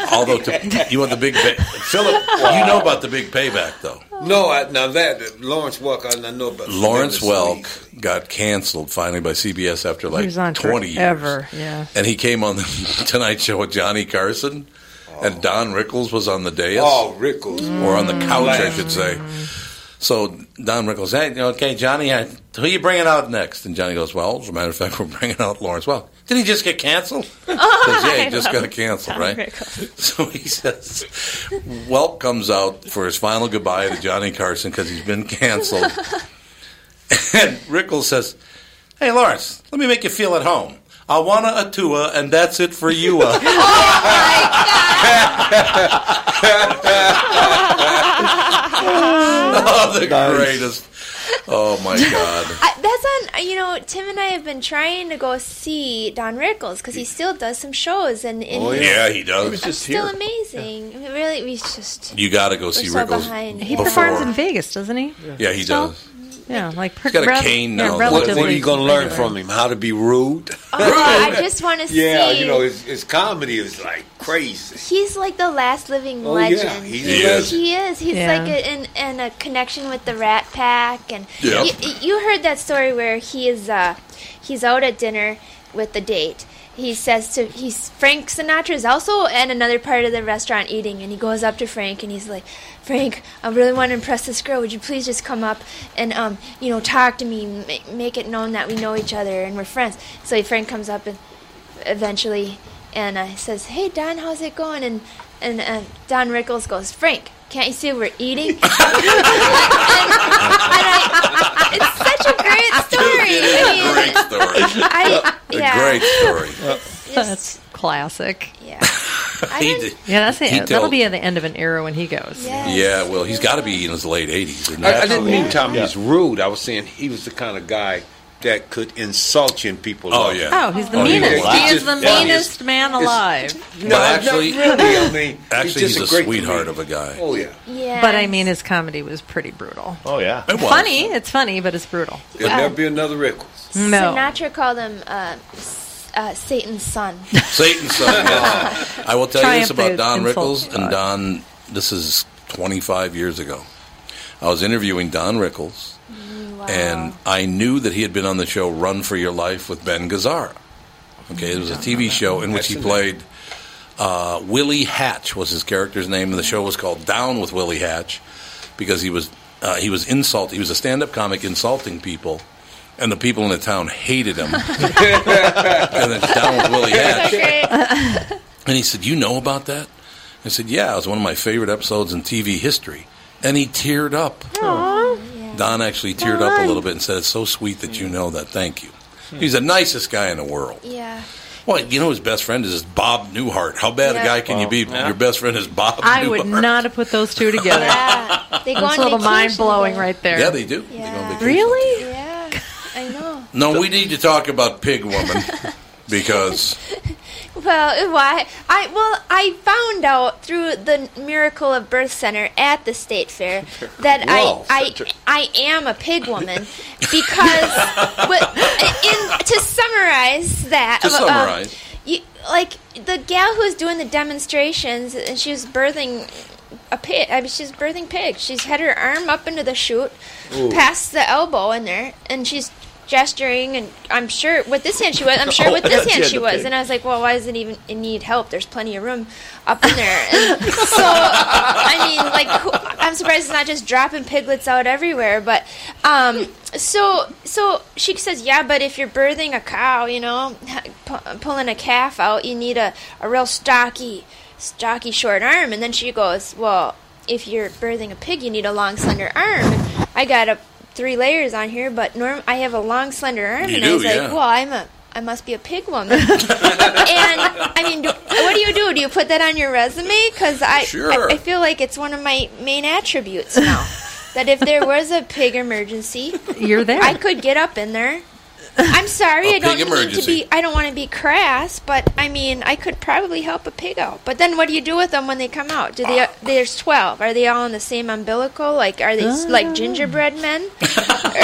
Although to, you want the big pay- Philip, you know about the big payback though.
Oh,
No, I, now that uh, Lawrence Welk, I, I know about
Lawrence
Memphis Lee.
Welk got canceled finally by CBS after
he
like
was on
twenty years.
forever. Yeah.
and he came on the Tonight Show with Johnny Carson, and Don Rickles was on the dais.
Oh, Rickles.
or on the
Mm.
couch, I
Laugh.
should say. So Don Rickles, hey, okay, Johnny, I, who you bringing out next? And Johnny goes, well, as a matter of fact, we're bringing out Lawrence Welk. Did he just get canceled? Because, yeah,
Oh, I
he just
love
got canceled,
Don
right?
Rickles.
So he says, Welp comes out for his final goodbye to Johnny Carson because he's been canceled. and Rickles says, hey, Lawrence, let me make you feel at home. I want a Atua, and that's it for you. uh, oh, the greatest. Oh, my God.
I, that's on. You know, Tim and I have been trying to go see Don Rickles because he still does some shows, and, and he's
Oh, yeah, he
He was
does.
just
Oh, still
here.
amazing. We really, we just
You got to go see
so
Rickles.
behind.
He
Before.
performs in Vegas, doesn't he?
Yeah, he does.
Yeah, like
He's got a cane now.
What, what are you going to learn from him? How to be rude?
Oh, I just want to
yeah,
see.
you know, his, his comedy is like crazy.
He's like the last living
Oh, yeah.
legend.
He's a He is.
He is. He's
Yeah.
like a, in, in a connection with the Rat Pack, and
Yeah.
y- y- you heard that story where he is uh, he's out at dinner with the date. He says to he's Frank Sinatra is also in another part of the restaurant eating, and he goes up to Frank and he's like, "Frank, I really want to impress this girl. Would you please just come up and um, you know, talk to me, make, make it known that we know each other and we're friends." So Frank comes up and eventually and uh, says, "Hey Don, how's it going?" And and uh, Don Rickles goes, "Frank, can't you see we're eating?" and, I, it's such a great story. I mean, I,
A
yeah.
great story.
That's classic.
Yeah.
He did-
Yeah, that's the,
he
that'll
told-
be at the end of an era when he goes.
Yeah, well, he's got to be in his late 80s. or
I, I didn't
not.
mean Tommy was rude. I was saying he was the kind of guy that could insult you and people.
Oh,
loved
yeah.
him.
Oh, he's the
Oh, he
meanest.
was.
He
He's
is the
just- yeah.
meanest man alive.
No, not really. I mean,
Actually,
just
he's a,
a great
sweetheart of a guy.
Oh yeah.
Yeah.
But I mean, his comedy was pretty brutal.
Oh yeah. It was.
Funny. It's funny, but it's brutal.
There'll never be another Rickles.
No.
Sinatra called him uh, s- uh, Satan's son.
Satan's son. yeah. I will tell you
Triumph
this about
is
Don
insult.
Rickles and Don. This is 25 years ago. I was interviewing Don Rickles, and I knew that he had been on the show "Run for Your Life" with Ben Gazzara. Okay, it was a TV show in which he played uh, Willie Hatch was his character's name, and the show was called "Down with Willie Hatch" because he was uh, he was insult he was a stand up comic insulting people. And the people in the town hated him. and then down with Willie Hatch. And he said, You know about that? I said, Yeah, it was one of my favorite episodes in TV history. And he teared up.
Oh,
Don actually teared up a little bit and said, It's so sweet that you know that. Thank you. He's the nicest guy in the world.
Yeah.
Well, you know, his best friend is Bob Newhart. How bad
Yeah.
a guy can you be? Your best friend is Bob
I
Newhart.
would not have put those two together.
They go
That's
on
a little
vacation
mind blowing
together.
right there.
Yeah, they do.
Really?
Yeah, I know.
No, we need to talk about Pig Woman because
Well, why? I well, I found out through the miracle of birth center at the state fair that
Wow.
I I I am a pig woman because but in to summarize that
To
um,
summarize.
you, like the gal who was doing the demonstrations and she was birthing a pig. I mean, she's birthing pig. She's had her arm up into the chute,
Ooh.
past the elbow in there, and she's gesturing. And I'm sure with this hand she was. I'm sure
Oh,
with this
she
hand
had
she
the
was.
pig.
And I was like, well, why does it even it need help? There's plenty of room up in there. And so I mean, like, who- I'm surprised it's not just dropping piglets out everywhere. But um, so so she says, yeah, but if you're birthing a cow, you know, pu- pulling a calf out, you need a a real stocky stocky short arm. And then she goes, well, if you're birthing a pig, you need a long slender arm. And I got a three layers on here, but norm I have a long slender arm,
You
and I
do,
was like,
yeah.
well, I'm a I must be a pig woman. and I mean, do, what do you do? Do you put that on your resume? Because I,
Sure.
I I feel like it's one of my main attributes now. that if there was a pig emergency,
You're there.
I could get up in there. I'm sorry, I
A
I don't mean
pig
to
emergency.
be. I don't want to be crass, but I mean, I could probably help a pig out. But then, what do you do with them when they come out? Do
Ah.
they? There's twelve. Are they all on the same umbilical? Like, are they s
Ah.
like gingerbread men? or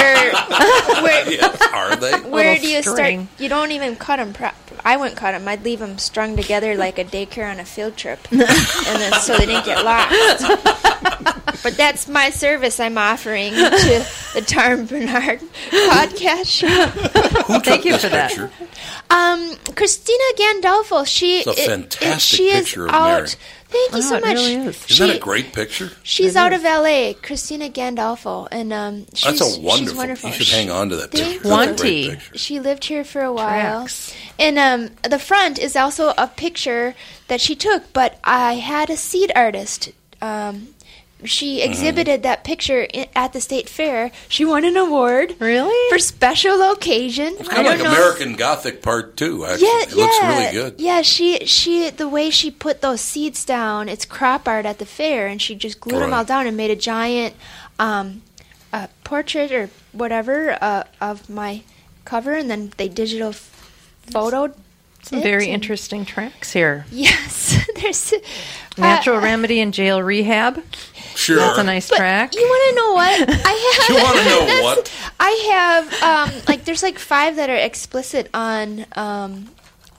where,
are they?
where do you
string.
start? You don't even cut them. Pro- I wouldn't cut them. I'd leave them strung together like a daycare on a field trip, and then so they didn't get lost. But that's my service I'm offering to the Tarn Bernard podcast show.
Thank you for that.
Picture.
Um, Christina Gandolfo. She
It's a
it- it-
fantastic
she
picture
is
of
out.
Mary.
Oh,
Thank you so much.
Isn't
She-
that a great picture?
She's out of L.A. Christina Gandolfo, and um, she's,
That's a wonderful.
She's wonderful.
You should hang on to
Thank
that picture. That's a
you.
great picture.
She lived here for a while. And um, the front is also a picture that she took, but I had a seed artist. Um,
Uh-huh.
she exhibited that picture i at the state fair. She won an award.
Really?
For special occasion.
It's kind of like American Gothic Part Two. Actually, it looks really good.
Yeah, she she the way she put those seeds down, it's crop art at the fair, and she just glued them
Right.
all down and made a giant um, uh, portrait or whatever uh, of my cover, and then they digital photoed
Some very interesting tracks here.
Yes, there's
Natural Remedy and Jail Rehab.
Sure.
That's a nice track.
You want to know what I have?
You wanna know
that's-
what?
I have? Um, like, there's like five that are explicit on um,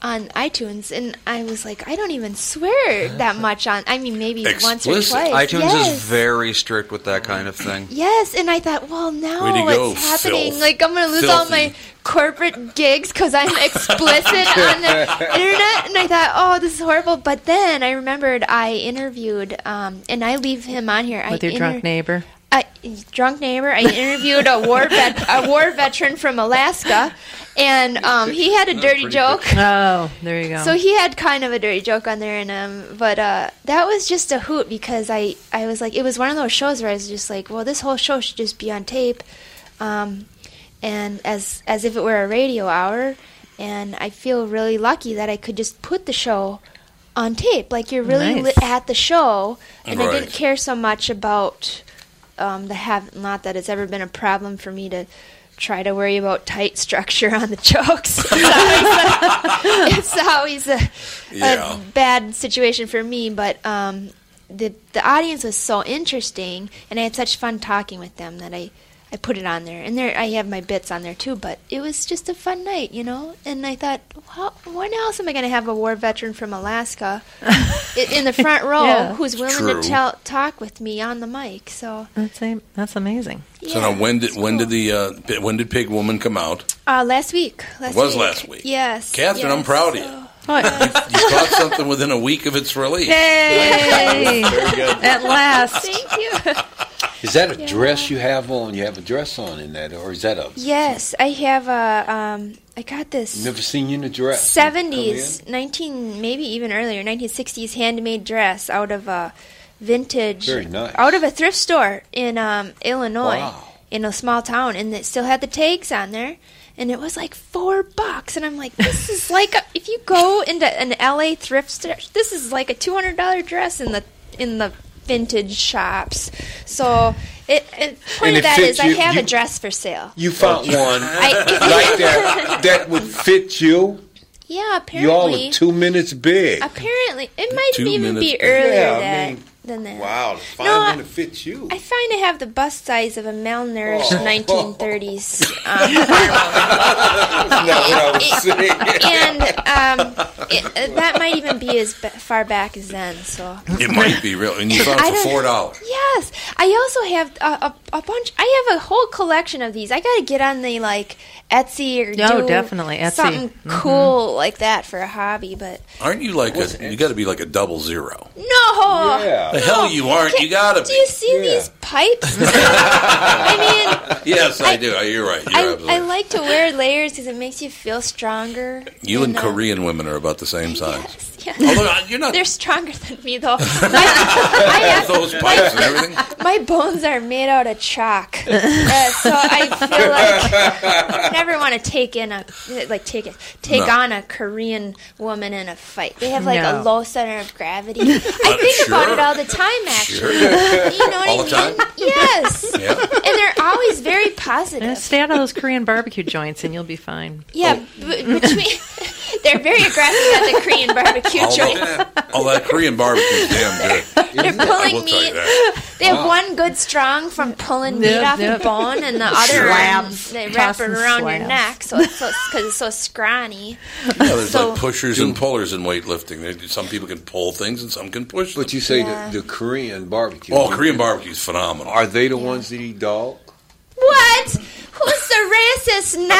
on iTunes, and I was like, I don't even swear that much on. I mean, maybe once or
Explicit.
twice.
iTunes
yes.
is very strict with that kind of thing.
Yes, and I thought, well, now
Way to
what's
go,
happening?
filth.
Like, I'm going to lose all my
Filthy.
corporate gigs because I'm explicit on the internet. And I thought, oh, this is horrible. But then I remembered I interviewed, um, and I leave him on here.
With
I
your drunk neighbor.
I, drunk neighbor. I interviewed a war vet, a war veteran from Alaska, and um, he had a dirty joke.
Oh, there you go.
So he had kind of a dirty joke on there, and um, but uh, that was just a hoot because I I was like, it was one of those shows where I was just like, well, this whole show should just be on tape, um, and as as if it were a radio hour, and I feel really lucky that I could just put the show on tape. Like you're really
Nice.
li- at the show, and I
Right.
didn't care so much about um, the have not that it's ever been a problem for me to try to worry about tight structure on the jokes. it's always a,
Yeah.
a bad situation for me, but um, the the audience was so interesting, and I had such fun talking with them that I. I put it on there, and there I have my bits on there too. But it was just a fun night, you know. And I thought, how, when else am I going to have a war veteran from Alaska i- in the front row
Yeah.
who's willing
True.
to tell, talk with me on the mic? So
that's a, that's amazing.
So now, when did when did the uh, pi- when did Pig Woman come out?
Uh, last week. Last
it was
week.
last week.
Yes.
Catherine, I'm
yes.
proud of you. You, you caught something within a week of its release.
Yay!
Very good.
At last.
Thank you.
Is that a dress you have on? You have a dress on in that, or is that a?
Yes, I have a. Um, I got this.
Never seen you in a dress.
Seventies, nineteen, maybe even earlier, nineteen sixties handmade dress out of a vintage,
Very nice.
out of a thrift store in um, Illinois,
Wow.
in a small town, and it still had the tags on there, and it was like four bucks, and I'm like, this is like a, if you go into an LA thrift store, this is like a two hundred dollar dress in the in the vintage shops. So it, it
And
point of
it
that
fits
is I
you-
have a
you-
dress for sale.
You found one
I-
like that that would fit you.
Yeah, apparently.
You all are two minutes big.
Apparently, it might
Two
even
minutes
be
back.
earlier
Yeah, I
that,
mean,
than that.
Wow, to find
No,
one
I-
that fits you.
I find I have the bust size of a malnourished um,
Oh.
1930s.
That's not what I was saying.
and um, it, uh, that might even be as ba- far back as then. So
It might be real, and you found
I
it for
don't-
four dollars.
Yes, I also have a, a, a bunch. I have a whole collection of these. I gotta get on the like Etsy or
Oh,
do
definitely, Etsy. Mm-hmm.
something cool like that for a hobby. But
Aren't you like a? You got to be like a double zero.
no,
The hell you aren't. You gotta
do
be.
you see these pipes?
Yes, I, do. You're right. You're
I,
absolutely.
I like to wear layers because it makes you feel stronger.
you and Korean women are about the same size.
Yeah.
Although, uh, you're not-
They're stronger than me, though.
Those pipes and everything.
My bones are made out of chalk, uh, so I feel like I never want to take in a like take it take
No.
on a Korean woman in a fight. They have like
No.
a low center of gravity. I think about
Uh, sure.
it all the time,
Sure.
actually. You know what
All
I
the time.
mean? Yes,
Yeah.
and they're always very positive.
Yeah, stay out of those Korean barbecue joints and you'll be fine.
Yeah, b- between they're very aggressive at the Korean barbecue
All
joint.
that, all that Korean barbecue is damn good.
They're
I will
pulling
tell
meat.
you that.
They have
Wow.
one good strong from pulling meat
Yep,
off
yep.
the bone, and the other
Slabs.
one, they wrap it
Tossing
around
slabs.
your neck, so it's so because it's so scrawny.
Yeah, there's
so
like pushers and pullers in weightlifting. There- Some people can pull things and some can push. But
you say
Yeah.
the, the Korean barbecue.
Oh, Korean barbecue is phenomenal.
Are they the ones that eat dog?
what? Who's the racist Oh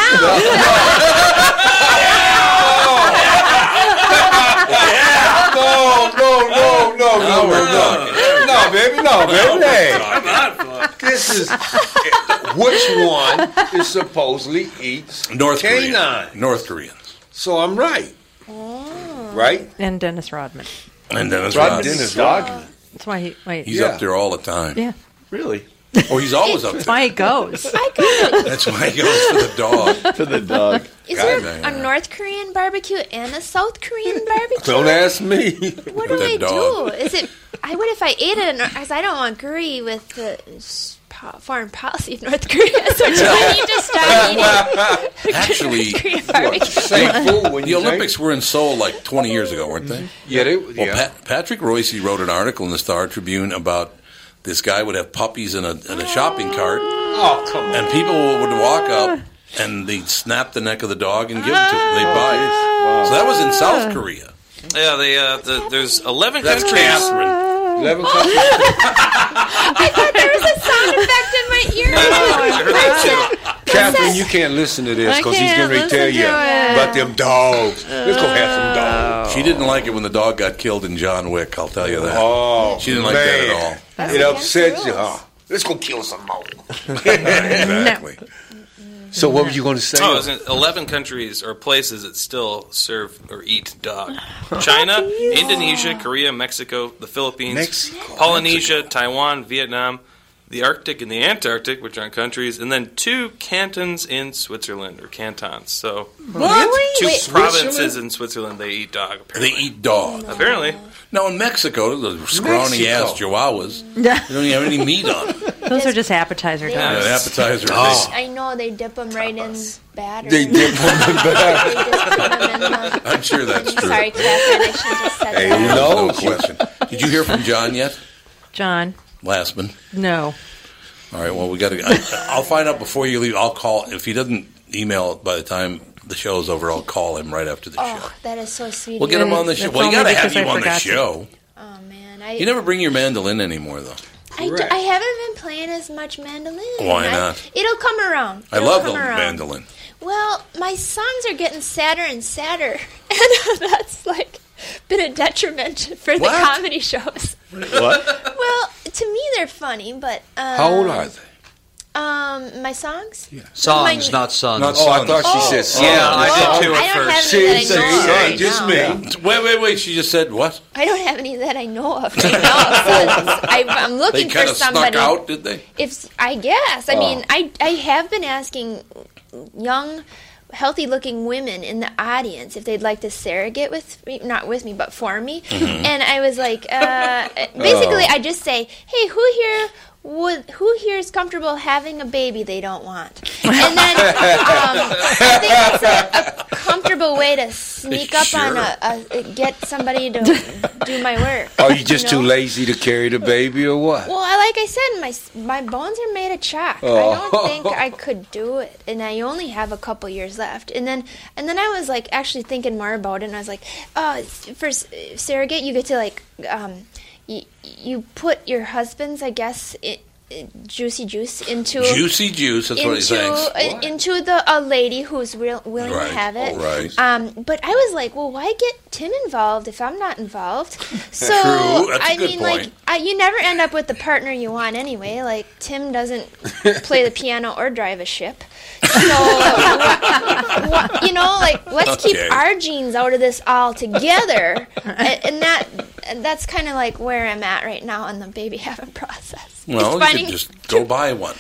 now?
No, no, no, no, no,
Oh,
no, no, no, baby, no, baby. Hey, this is which one is supposedly eats
North
canine?
Korean. North Korean.
So I'm right,
Oh.
right?
And Dennis Rodman.
And Dennis
Rod-
Rodman.
Dennis Rodman.
That's why he wait.
He's up there all the time.
Yeah.
Really? Oh, he's always up
That's
there.
why he goes.
That's why he goes for the dog.
For the dog.
Is
God
there
dang
a North Korean barbecue and a South Korean barbecue?
Don't ask me.
What do I do? Is it? I would if I ate it, because I don't agree with the s- po- foreign policy of North Korea, so do we need to stop eating?
Actually, the Olympics were in Seoul like 20 years ago, weren't they?
Yeah, they-
Well, Pat- Patrick Royce wrote an article in the Star Tribune about this guy would have puppies in a, in a shopping cart.
Oh, come on.
And people would walk up and they'd snap the neck of the dog and give it to him. They'd buy it. So that was in South Korea.
Yeah, they, uh, the, there's 11
That's
countries.
Catherine.
Oh.
11
I thought there was a sound effect in my ear.
Catherine, you can't listen to this
I
because he's
can't
going to
listen
tell
to
you
it.
about them dogs. Let's go have some dogs.
She didn't like it when the dog got killed in John Wick, I'll tell you that.
Oh,
she didn't like that
man.
at all.
That's It against upset the you, rules. huh? Let's go kill some more.
exactly.
So what were you going to say?
Oh, it's in 11 countries or places that still serve or eat dog. China, Indonesia, Korea, Mexico, the Philippines, Polynesia, Taiwan, Vietnam, the Arctic and the Antarctic, which aren't countries, and then two cantons in Switzerland or cantons. So
Really?
two
Wait,
provinces
Switzerland?
in Switzerland they eat dog.
They eat dog.
Apparently.
Now in Mexico, the scrawny
Mexico.
ass chihuahuas, they don't even have any meat on them.
Those are just appetizer dogs.
Yeah, an appetizer.
They- I know they dip them right in batter.
They dip 'em in batter.
They just put 'em in the-
I'm sure that's true.
Sorry, Catherine. I should just said
Hey,
that.
no, question. Did you hear from John yet,
John,
Lastman?
no.
All right. Well, we got to. I'll find out before you leave. I'll call if he doesn't email by the time the show is over. I'll call him right after the show.
Oh, that is so sweet.
We'll
of
get
you.
him on the show. Well, you got to have you on the show.
Oh man, I
You never bring your mandolin anymore, though.
I, d- I haven't been playing as much mandolin.
Why
I-
not?
it'll come around.
I
It'll
love the
come around.
mandolin.
Well, my songs are getting sadder and sadder, and uh, that's like been a detriment for the
What?
comedy shows.
What?
Well, to me they're funny, but um,
How old are they?
Um, my songs. Yeah.
Songs, not sons.
Not Oh, I sons. thought she said sons.
Yeah, I did too
oh, I
at
don't
first.
have any that I know of right now.
Wait, wait, wait. She just said what?
I don't have any that I know of right now. so I, I'm
They
looking for
kind of snuck
somebody.
out, did they?
If I guess, I
Oh.
mean, I I have been asking young, healthy-looking women in the audience if they'd like to surrogate with me, not with me, but for me.
Mm-hmm.
Mhm.
And I was like, uh, basically,
Oh.
I just say, "Hey, who here would who here is comfortable having a baby they don't want?" And then um, I think it's a, a comfortable way to sneak up on a, a, get somebody to do my work.
Are Oh, you just
know?
too lazy to carry the baby or what?
Well, I- like I said, my s- my bones are made of chalk. I
Oh.
don't think I could do it, and I only have a couple years left. And then and then I was like actually thinking more about it, and I was like, oh, s- for s- surrogate, you get to like um, y- you put your husband's, I guess. i i- Juicy juice into
Juicy juice, that's what he's saying.
into- uh, into the a lady who's real, willing
Right,
to have it.
right.
Um, but I was like, well, why get Tim involved if I'm not involved? So
True, that's a
I
good
mean, like,
point.
I, you never end up with the partner you want anyway. Like Tim doesn't play the piano or drive a ship. So wha- wha- you know, like let's
Okay.
keep our genes out of this all together, and, and that and that's kind of like where I'm at right now in the baby having process.
Well,
It's
you could
funny.
just go buy one.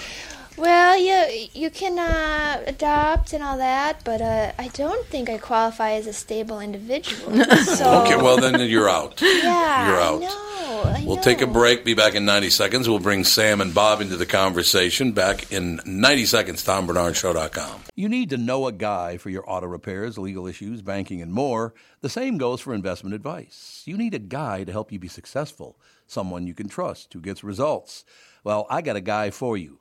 Well, you you can uh, adopt and all that, but uh, I don't think I qualify as a stable individual. So
Okay, well then you're out.
yeah,
You're out.
I know. I
We'll take a break. Be back in 90 seconds. We'll bring Sam and Bob into the conversation back in 90 seconds. TomBernardShow.com.
You need to know a guy for your auto repairs, legal issues, banking, and more. The same goes for investment advice. You need a guy to help you be successful, someone you can trust who gets results. Well, I got a guy for you,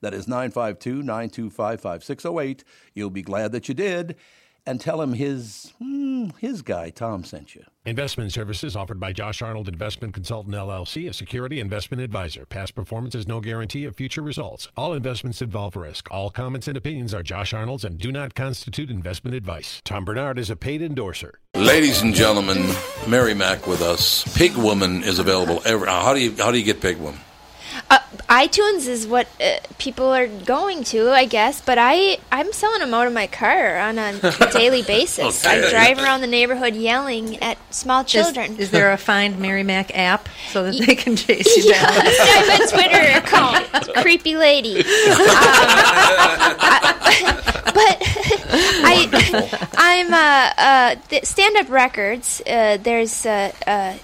That is 952 925 5608. You'll be glad that you did, and tell him his, hmm, his guy, Tom, sent you.
Investment services offered by Josh Arnold Investment Consultant LLC, a security investment advisor. Past performance is no guarantee of future results. All investments involve risk. All comments and opinions are Josh Arnold's and do not constitute investment advice. Tom Bernard is a paid endorser.
Ladies and gentlemen, Mary Mack with us. Pig Woman is available every. uh, How do you how do you get Pig Woman?
uh, iTunes is what uh, people are going to, I guess. But I, I'm selling them out of my car on a daily basis. I
Okay.
drive around the neighborhood yelling at small children.
Is, is there a Find Mary Mac app so that they can chase you down?
I have a Twitter account, creepy lady. Um, I- but I, I'm uh, uh, th- Stand Up Records. Uh, there's a, a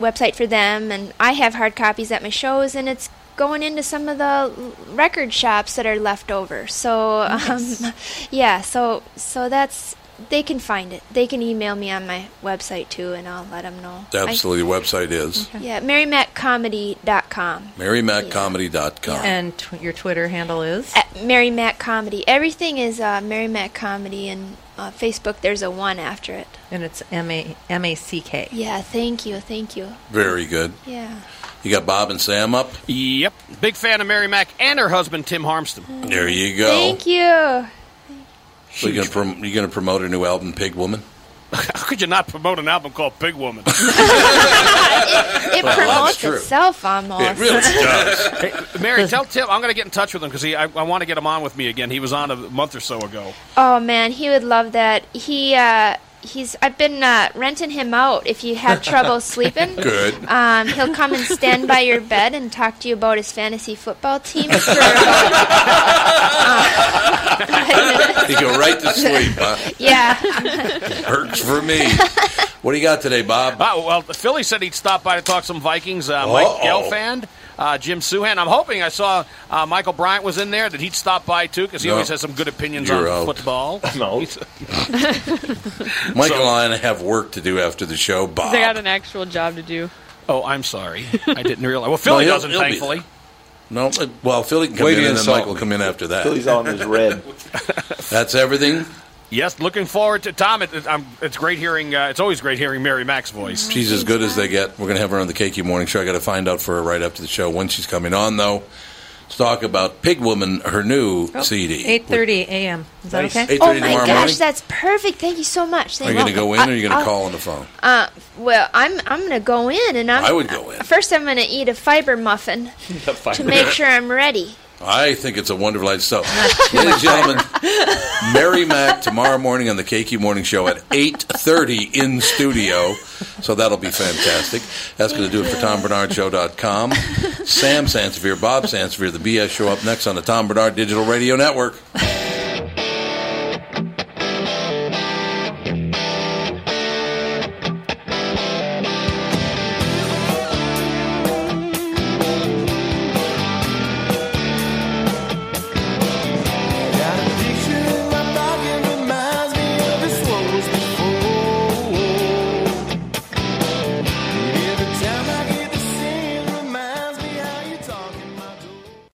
website for them, and I have hard copies at my shows, and it's going into some of the l- record shops that are left over. So, um, yeah, so so that's they can find it. They can email me on my website too, and I'll let them know. I-
Absolutely, the website is
yeah, MaryMacComedy.com.
MaryMacComedy.com.
And tw- your Twitter handle is?
At Mary Mac Comedy. Everything is uh, Mary Mac Comedy, and uh, Facebook, there's a one after it.
And it's M A M A C K.
Yeah, thank you, thank you.
Very good.
Yeah.
You got Bob and Sam up.
Yep. Big fan of Mary Mack and her husband, Tim Harmston.
There you go.
Thank you.
So you're gonna, prom- you're gonna promote a new album, Pig Woman.
How could you not promote an album called Big Woman?
It
Well, that's
promotes
true.
itself almost.
Hey, Mary, tell Tim I'm going to get in touch with him because I, I want to get him on with me again. He was on a month or so ago.
Oh man, he would love that. He uh, he's I've been uh, renting him out. If you have trouble sleeping,
Good.
Um, he'll come and stand by your bed and talk to you about his fantasy football team. For
You go right to sleep, huh?
yeah.
Hurts for me. What do you got today, Bob?
Oh, well, Philly said he'd stop by to talk some Vikings. Uh, Mike
Uh-oh.
Gelfand, uh, Jim Suhan. I'm hoping I saw uh, Michael Bryant was in there that he'd stop by too because he
No.
always has some good opinions
You're
on
out.
football. No.
Michael and I have work to do after the show, Bob.
They got an actual job to do.
Oh, I'm sorry. I didn't realize. Well, Philly
No, he'll-
doesn't,
he'll be
thankfully.
No, uh, well, Philly can come
Way
in,
to
and then
insult
Michael will come in after that.
Philly's on his
red. That's everything.
Yes, looking forward to Tom. It, it, I'm, it's great hearing. Uh, it's always great hearing Mary Mack's voice.
She's as good as they get. We're going to have her on the Cakey Morning Show. I got to find out for her right after the show when she's coming on, though. Let's talk about Pig Woman, her new CD.
Eight thirty a.m. Is that
Nice.
okay?
8:30
Oh my
tomorrow
gosh,
morning?
that's perfect. Thank you so much.
Are you
Thank
going to go in or are you going
I'll-
to call on the phone?
Uh, well, I'm I'm gonna go in, and I'm.
I would go in.
First, I'm gonna eat a fiber muffin to make sure I'm ready.
I think it's a wonderful idea. So, ladies and gentlemen, Mary Mack tomorrow morning on the KQ Morning Show at 8.30 in studio. So that'll be fantastic. That's going to do it for TomBernardShow.com. Sam Sansevier, Bob Sansevier, The BS Show up next on the Tom Bernard Digital Radio Network.